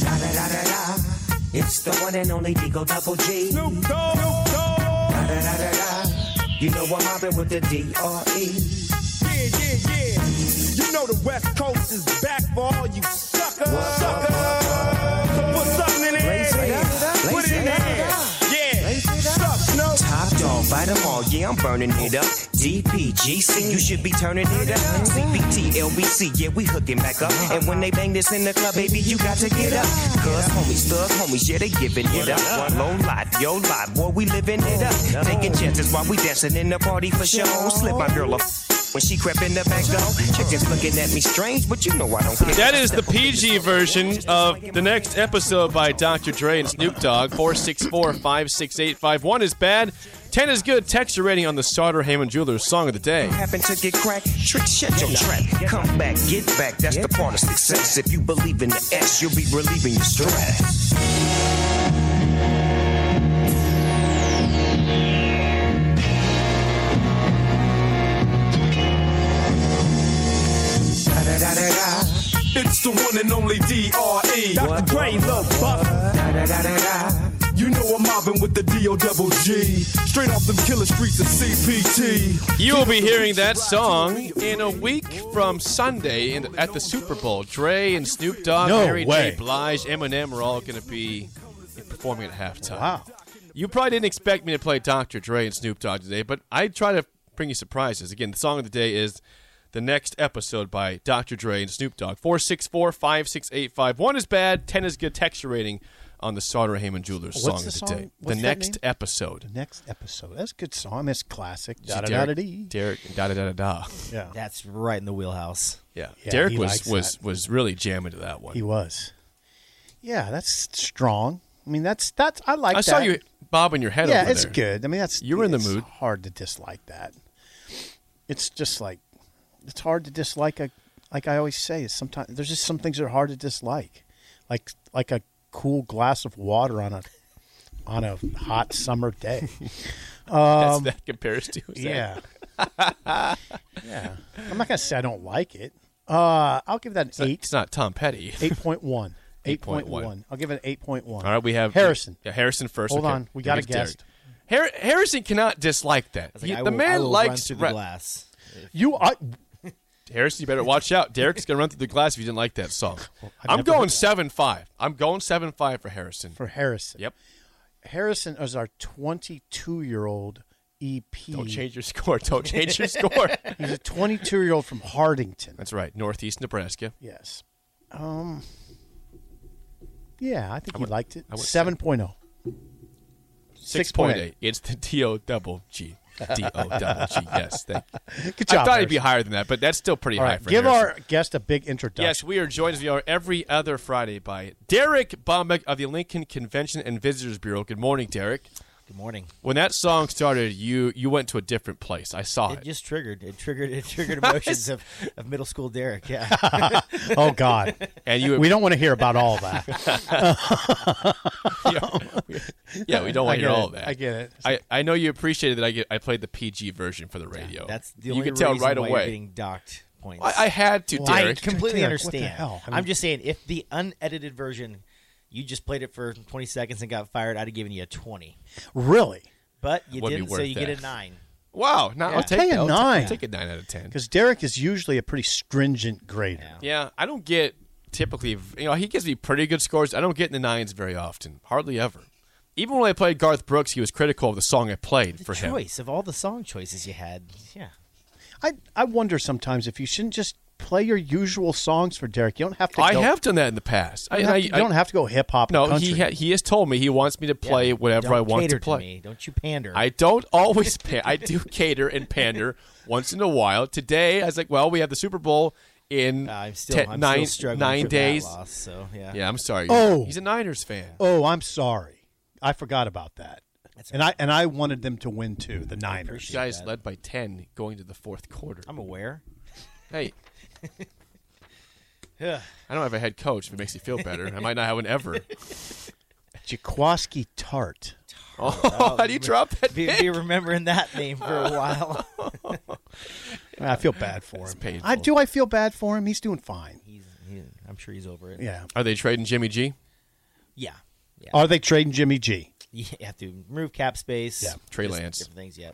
Da-da-da-da-da. It's the one and only Digo Double G. Snoop Da-da-da-da-da. You know I'm mobbing with the E. D-R-E. Yeah, yeah, yeah. You know the West Coast is back for all you suckers. Suckers. So put something in the air. Lace it up, Put lace it in the it air. up. Yeah. Suck, Snoop. Top dog, bite 'em all, yeah, I'm burning it up. DPGC, you should be turning it up. CBT, LBC, yeah, we hooking back up. And when they bang this in the club, baby, you got to get up. Cuz homies, thug homies, yeah, they giving it up. One low life, yo life, boy, we living it up. Taking chances while we dancing in the party for show. Slip my girl up. When she crept in the back door, chickens looking at me strange, but you know I don't care. That is the PG version of the next episode by Dr. Dre and Snoop Dogg. 464 568 1 is bad, 10 is good. Texture rating on the Starter Hammond Jewelers Song of the Day. happen to get cracked. Trick, shut your trap. Come back, get back. That's the part of success. If you believe in the S, you'll be relieving your stress. Da-da-da-da-da. It's the one and only E. D.R.E. Dr. Dre, Lil Buff. Da-da-da-da-da. You know I'm mobbing with the D.O. Double G. Straight off them killer streets of CPT. You will be hearing that song in a week from Sunday in, at the Super Bowl. Dre and Snoop Dogg, No Mary way. J. Blige, Eminem are all going to be performing at halftime. You probably didn't expect me to play Dr. Dre and Snoop Dogg today, but I try to bring you surprises. Again, the song of the day is the next episode by Dr. Dre and Snoop Dogg. 464 568 1 is bad, 10 is good texture rating on the Sauter Heyman Jewelers What's song the of the song? day. What's the that next name? episode. Next episode. That's a good song. That's classic. See, Da-da-da-da-dee. Derek, Derek, da da da da. Yeah. That's right in the wheelhouse. Yeah, Yeah, Derek he was likes was that. was really jamming to that one. He was. Yeah, that's strong. I mean, that's that's I like. I saw that. you bobbing your head. Yeah, over it's there. good. I mean, that's You were in the it's mood. Hard to dislike that. It's just like it's hard to dislike a like I always say. Is sometimes there's just some things that are hard to dislike, like like a cool glass of water on a on a hot summer day. That's, that compares to is that- Um, yeah, yeah. I'm not gonna say I don't like it. Uh, I'll give that It's an not, eight. it's not Tom Petty. Eight point one. Eight 8.1. point one. I'll give it an eight point one. All right, we have Harrison. Yeah, Harrison first. Hold Okay. on, we Then got a it's Derek. guest. Har- Harrison cannot dislike that. I was like, You- I the will- I man will likes run through ra- the glass. You, I, Harrison, you better watch out. Derek's gonna run through the glass if you didn't like that song. I've I'm never going heard seven five. I'm going seven five for Harrison. for Harrison. yep. Harrison is our 22 year old EP. Don't change your score. Don't change your score. He's a 22 year old from Hardington. That's right. Northeast Nebraska. Yes. Um. Yeah, I think he liked it. oh. I would say- 7.0. 6.8. It's the D-O double G. D-O double G. Yes. Thank you. Good I job. thought it'd be Harrison. higher than that, but that's still pretty All high right, for give Harrison. our guest a big introduction. Yes, we are joined as we are every other Friday by Derek Bombeck of the Lincoln Convention and Visitors Bureau. Good morning, Derek. Good morning. When that song started, you you went to a different place. I saw It it. just triggered. It triggered. It triggered emotions of, of middle school Derek. Yeah. Oh, God. and you we don't want to hear about all that. yeah, yeah, we don't I want to hear get all it. that. I get it. I, I know you appreciated that I get I played the PG version for the radio. That's the you only could tell reason right why you're away. getting docked points. I, I had to, Why? I Derek. completely Derek, what the understand. hell? I I mean- am just saying, if the unedited version, you just played it for 20 seconds and got fired, I'd have given you a 20. really? But you Wouldn't be didn't, so worth you get that. a nine. Wow, no, Yeah. I'll I'll tell take that. you I'll ta- nine. I'll take a nine out of ten. Because Derek is usually a pretty stringent grader. Yeah, I don't get typically. You know, he gives me pretty good scores. I don't get in the nines very often, hardly ever. Even when I played Garth Brooks, he was critical of the song I played for him. Choice of all the song choices you had. Yeah. I, I wonder sometimes if you shouldn't just play your usual songs for Derek. You don't have to. I go, have done that in the past. You I, don't, have, I, to, you don't have to go hip hop. No, country. he ha- he has told me he wants me to play whatever Don't I want cater to play. me. Don't you pander. I don't always pan. I do cater and pander once in a while. Today, I was like, well, we have the Super Bowl in I'm still, ten- I'm nine, still struggling nine from that days. loss, so yeah. Yeah, I'm sorry. Oh. he's a Niners fan. Oh, I'm sorry. I forgot about that. and I and I wanted them to win too, the Niners. You guys led by ten going to the fourth quarter. I'm aware. Hey. I don't have a head coach. If it makes you feel better, I might not have one ever. Jaquaski Tart. Oh, how do you drop that? Be, be remembering that name for a while. I feel bad for him. painful. I do. I feel bad for him. He's doing fine. he's, he, I'm sure he's over it. Yeah. Are they trading Jimmy G? Yeah. Yeah. Are they trading Jimmy G? you have to move cap space. Yeah. Trey Just Lance. Different things. Yeah.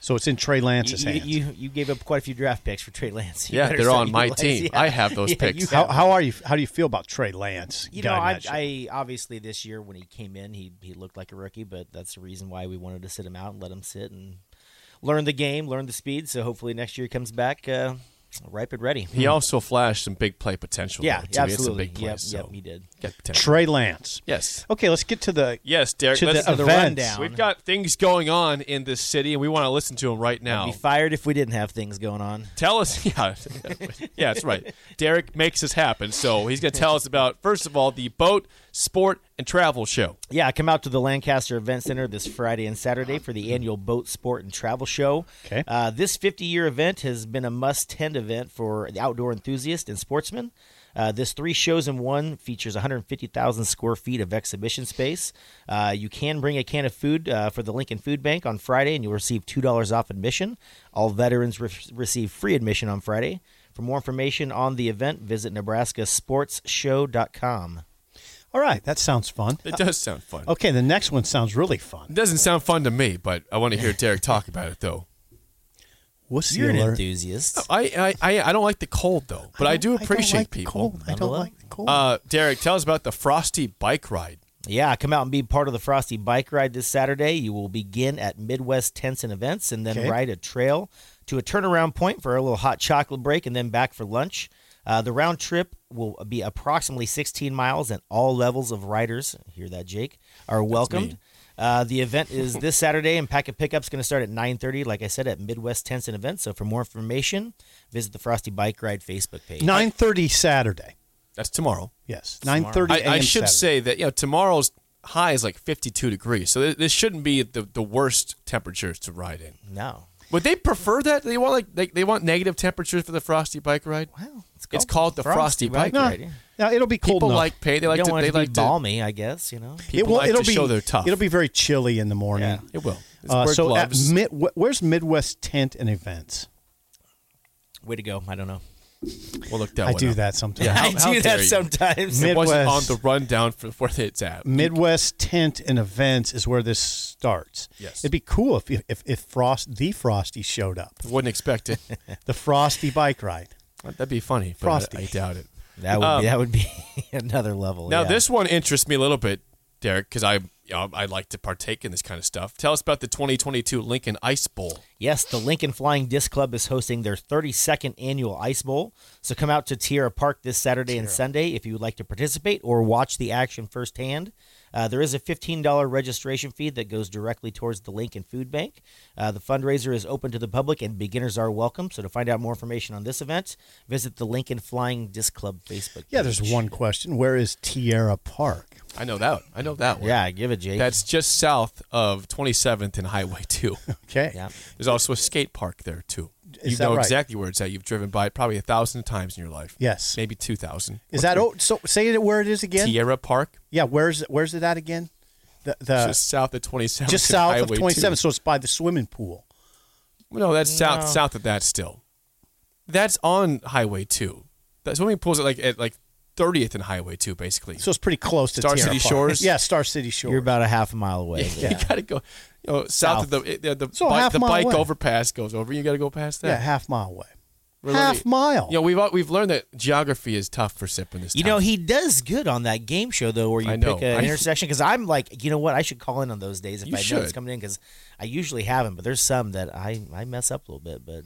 So it's in Trey You, Lance's you, hands. you you gave up quite a few draft picks for Trey Lance. You Yeah, better they're start on my utilizing- team. I have those Yeah, picks. you how, have how are you? How do you feel about Trey Lance? You know, guiding I, that ship? I obviously this year when he came in, he he looked like a rookie, but that's the reason why we wanted to sit him out and let him sit and learn the game, learn the speed. So hopefully next year he comes back uh, ripe and ready. He also flashed some big play potential. Hmm. yeah, though, too. He had some absolutely. big plays, yep, so yep, he did. got potential. Trey Lance. Yes. Okay, let's get to the Yes, Derek. to let's- the the events. rundown. We've got things going on in this city, and we want to listen to them right now. Be fired if we didn't have things going on. Tell us, yeah, yeah, that's right. Derek makes this happen, so he's going to tell us about first of all the boat, sport, and travel show. Yeah, come out to the Lancaster Event Center this Friday and Saturday for the annual Boat Sport and Travel Show. Okay. Uh, this 50 year event has been a must attend event for the outdoor enthusiast and sportsman. Uh, this three shows in one features 150,000 square feet of exhibition space. Uh, you can bring a can of food uh, for the Lincoln Food Bank on Friday, and you'll receive $2 off admission. All veterans re- receive free admission on Friday. For more information on the event, visit nebraskasportsshow.com. All right, that sounds fun. Uh, It does sound fun. oh. Okay, the next one sounds really It fun. doesn't sound fun to me, but I want to hear Derek talk about it though. Wussy You're an alert. enthusiast. I I, I, I don't like the cold though, but I, do don't- appreciate like the people. cold. I don't Bundle up. like the cold. Uh, Derek, tell us about the Frosty bike ride. Yeah, come out and be part of the Frosty Bike Ride this Saturday. You will begin at Midwest Tents and Events and then Okay. ride a trail to a turnaround point for a little hot chocolate break and then back for lunch. Uh, the round trip will be approximately 16 miles, and all levels of riders, hear that, Jake, are welcomed. Uh, the event is this Saturday, and Packet Pickup's going to start at 9.30, like I said, at Midwest Tents and Events. So for more information, visit the Frosty Bike Ride Facebook page. Nine thirty Saturday. That's tomorrow. Yes, nine thirty. I, I should say that you know tomorrow's high is like 52 degrees, so th- this shouldn't be the, the worst temperatures to ride in. No. Would they prefer that? They want like they, they want negative temperatures for the frosty bike ride. Well, it's It's called the Frosty Bike no, Ride. no, it'll be cold People enough. like pay. They You like don't to. want They it to be like to. balmy, I guess, you know? People it will. like it'll to be. show they're tough. It'll be very chilly in the morning. Yeah. It will. It's Uh, wear so at gloves. mid, wh- where's Midwest Tent and Events? Way to go. I don't know. we'll look that I one do up. that sometimes. Yeah. How- I how do dare that you. sometimes. It wasn't on Midwest. the rundown for where it's at. Midwest Tent and Events is where this starts. Yes. it'd be cool if if, if Frost the Frosty showed up. Wouldn't expect it. The Frosty bike ride. That'd be funny. but Frosty. I, I doubt it. That would be, that would be another level. Now yeah. this one interests me a little bit, Derek, because I you know, I like to partake in this kind of stuff. Tell us about the 2022 Lincoln Ice Bowl. Yes, the Lincoln Flying Disc Club is hosting their 32nd annual Ice Bowl. So come out to Tierra Park this Saturday and Sunday if you would like to participate or watch the action firsthand. Uh, there is a $15 registration fee that goes directly towards the Lincoln Food Bank. Uh, the fundraiser is open to the public and beginners are welcome. So to find out more information on this event, visit the Lincoln Flying Disc Club Facebook. Yeah, there's page. one question. Where is Tierra Park? I know that. I know that one. Yeah, give it, Jake. That's just south of 27th and Highway 2. Okay. yeah. There's also a skate park there too. Is you that know right? exactly where it's at. You've driven by it probably a thousand times in your life. Yes. maybe two thousand. Is that oh so say it where it is again? Tierra Park, Yeah, where's where's it at again? The the just, just south of twenty seven. Uh, south of 27, so it's by the swimming pool. No, that's south south of that still. That's on Highway two. That swimming pool's at like at like 30th and Highway 2, basically. So it's pretty close to Star Tierra City Park. Shores? Yeah, Star City Shores. You're about a half a mile away. you got to go you know, south, of the it- the, the, So bike, half the mile bike away. overpass goes over. You got to go past that. yeah, half mile away. We're half learning- mile. You know, we've al- we've learned that geography is tough for sipping this. You town. know, he does good on that game show though, where you I pick know. an I- intersection. Because I'm like, you know what? I should call in on those days if You I know it's should. coming in. Because I usually haven't, but there's some that I I mess up a little bit, but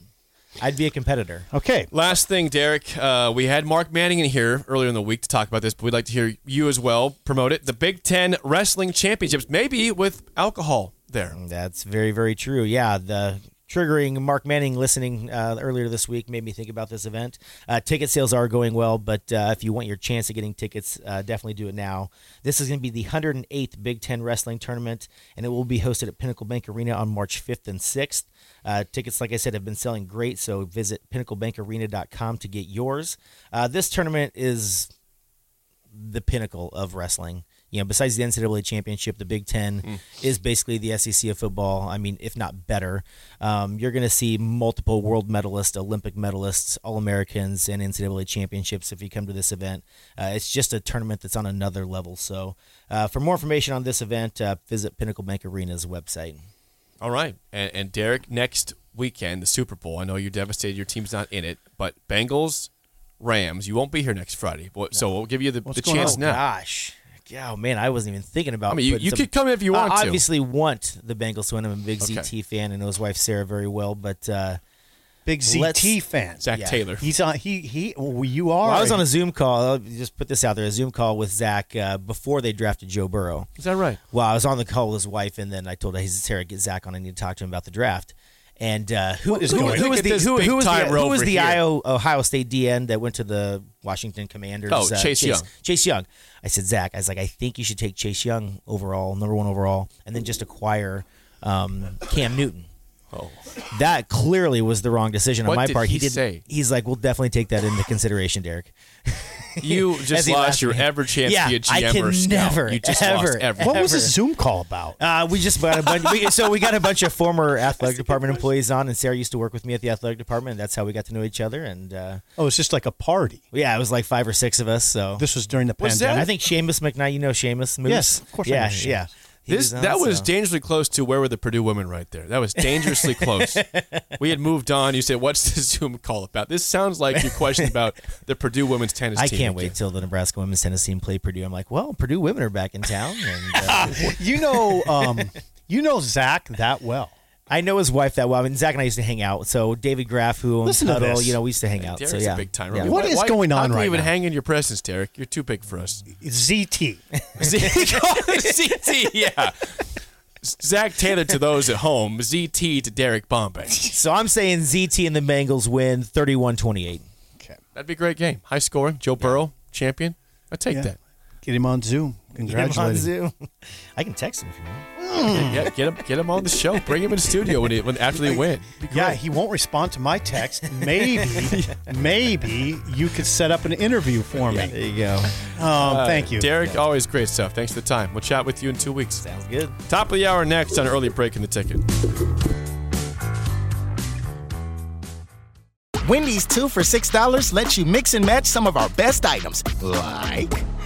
I'd be a competitor. Okay. Last thing, Derek, uh, we had Mark Manning in here earlier in the week to talk about this, but we'd like to hear you as well promote it. The Big Ten Wrestling Championships, maybe with alcohol there. Um, That's very, very true. Yeah, the triggering Mark Manning listening uh, earlier this week made me think about this event. Uh, ticket sales are going well, but uh, if you want your chance of getting tickets, uh, definitely do it now. This is going to be the 108th Big Ten Wrestling Tournament, and it will be hosted at Pinnacle Bank Arena on March 5th and 6th. Uh, tickets, like I said, have been selling great, so visit pinnaclebankarena.com to get yours. Uh, this tournament is the pinnacle of wrestling. You know, besides the NCAA championship, the Big Ten Mm. is basically the SEC of football. I mean, if not better, um, you're going to see multiple world medalists, Olympic medalists, All Americans, and NCAA championships if you come to this event. Uh, it's just a tournament that's on another level. So, uh, for more information on this event, uh, visit Pinnacle Bank Arena's website. All right. And, and Derek, next weekend, the Super Bowl. I know you're devastated your team's not in it, but Bengals, Rams, you won't be here next Friday. But- So we'll give you the, the going chance on? now. Gosh. Yeah, Oh man, I wasn't even thinking about. I mean, you- putting you some- could come if you want I to. obviously want the Bengals to win. I'm a big Okay. ZT fan and know his wife Sarah very well, but uh, Big ZT Let's- fan. Zach Yeah. Taylor. He's on. He he. Well, you are. Well, I was on a Zoom call. I'll just put this out there: a Zoom call with Zach uh, before they drafted Joe Burrow. Is that right? Well, I was on the call with his wife, and then I told her, "Hey, Sarah, get Zach on. I need to talk to him about the draft." And uh, who is going on? who Look was at the this who, big who was the time who was rover the here. Ohio, Ohio State DN that went to the Washington Commanders? uh, Oh, Chase Young. Chase Young. I said, Zach, I was like, I think you should take Chase Young overall, number one overall, and then just acquire um, Cam Newton. Oh. That clearly was the wrong decision on What my did part. he didn't. say? He's like, we'll definitely take that into consideration, Derek. You just he lost laughed your at me. ever chance Yeah, to be a GM I can or scout. never, You just lost ever, every. What was ever. this Zoom call about? Uh, we just got a bunch. we, so we got a bunch of former athletic department employees on, and Sarah used to work with me at the athletic department. And that's how we got to know each other. And uh, Oh, it's just like a party. yeah, it was like five or six of us. So uh, This was during the Was that- pandemic. I think Seamus McKnight, you know Seamus? Moose? Yes, of course I Yeah, know Seamus. yeah. He This on, that was so- dangerously close to where were the Purdue women right there. That was dangerously close. We had moved on. You said, "What's the Zoom call about?" This sounds like your question about the Purdue women's tennis I team. can't wait till the Nebraska women's tennis team play Purdue. I'm like, well, Purdue women are back in town, and uh, you know. Um, you know Zach that well. I know his wife that well. I mean, Zach and I used to hang out. So David Graff, who owns Listen to Huddle, this. you know, we used to hang out. Derek's so yeah, a big time. Yeah. Why- What is why- going how on can we right even now? hang in your presence, Derek? You're too big for us. ZT. ZT, yeah. Zach Taylor to those at home. ZT to Derek Bombay. So I'm saying ZT and the Bengals win 31-28. That'd be a great game. High scoring. Joe Burrow, champion. I take Yeah. that. Get him on Zoom. Congratulations. Zoom. I can text him if you want. Yeah, get him, get him on the show. Bring him in the studio when, he, when after they win. Be Yeah, great. he won't respond to my text. Maybe, maybe you could set up an interview for me. There you go. Um, thank you. Derek, always great stuff. Thanks for the time. We'll chat with you in two weeks. Sounds good. Top of the hour next on Early Break in the Ticket. Wendy's two for $6 lets you mix and match some of our best items, like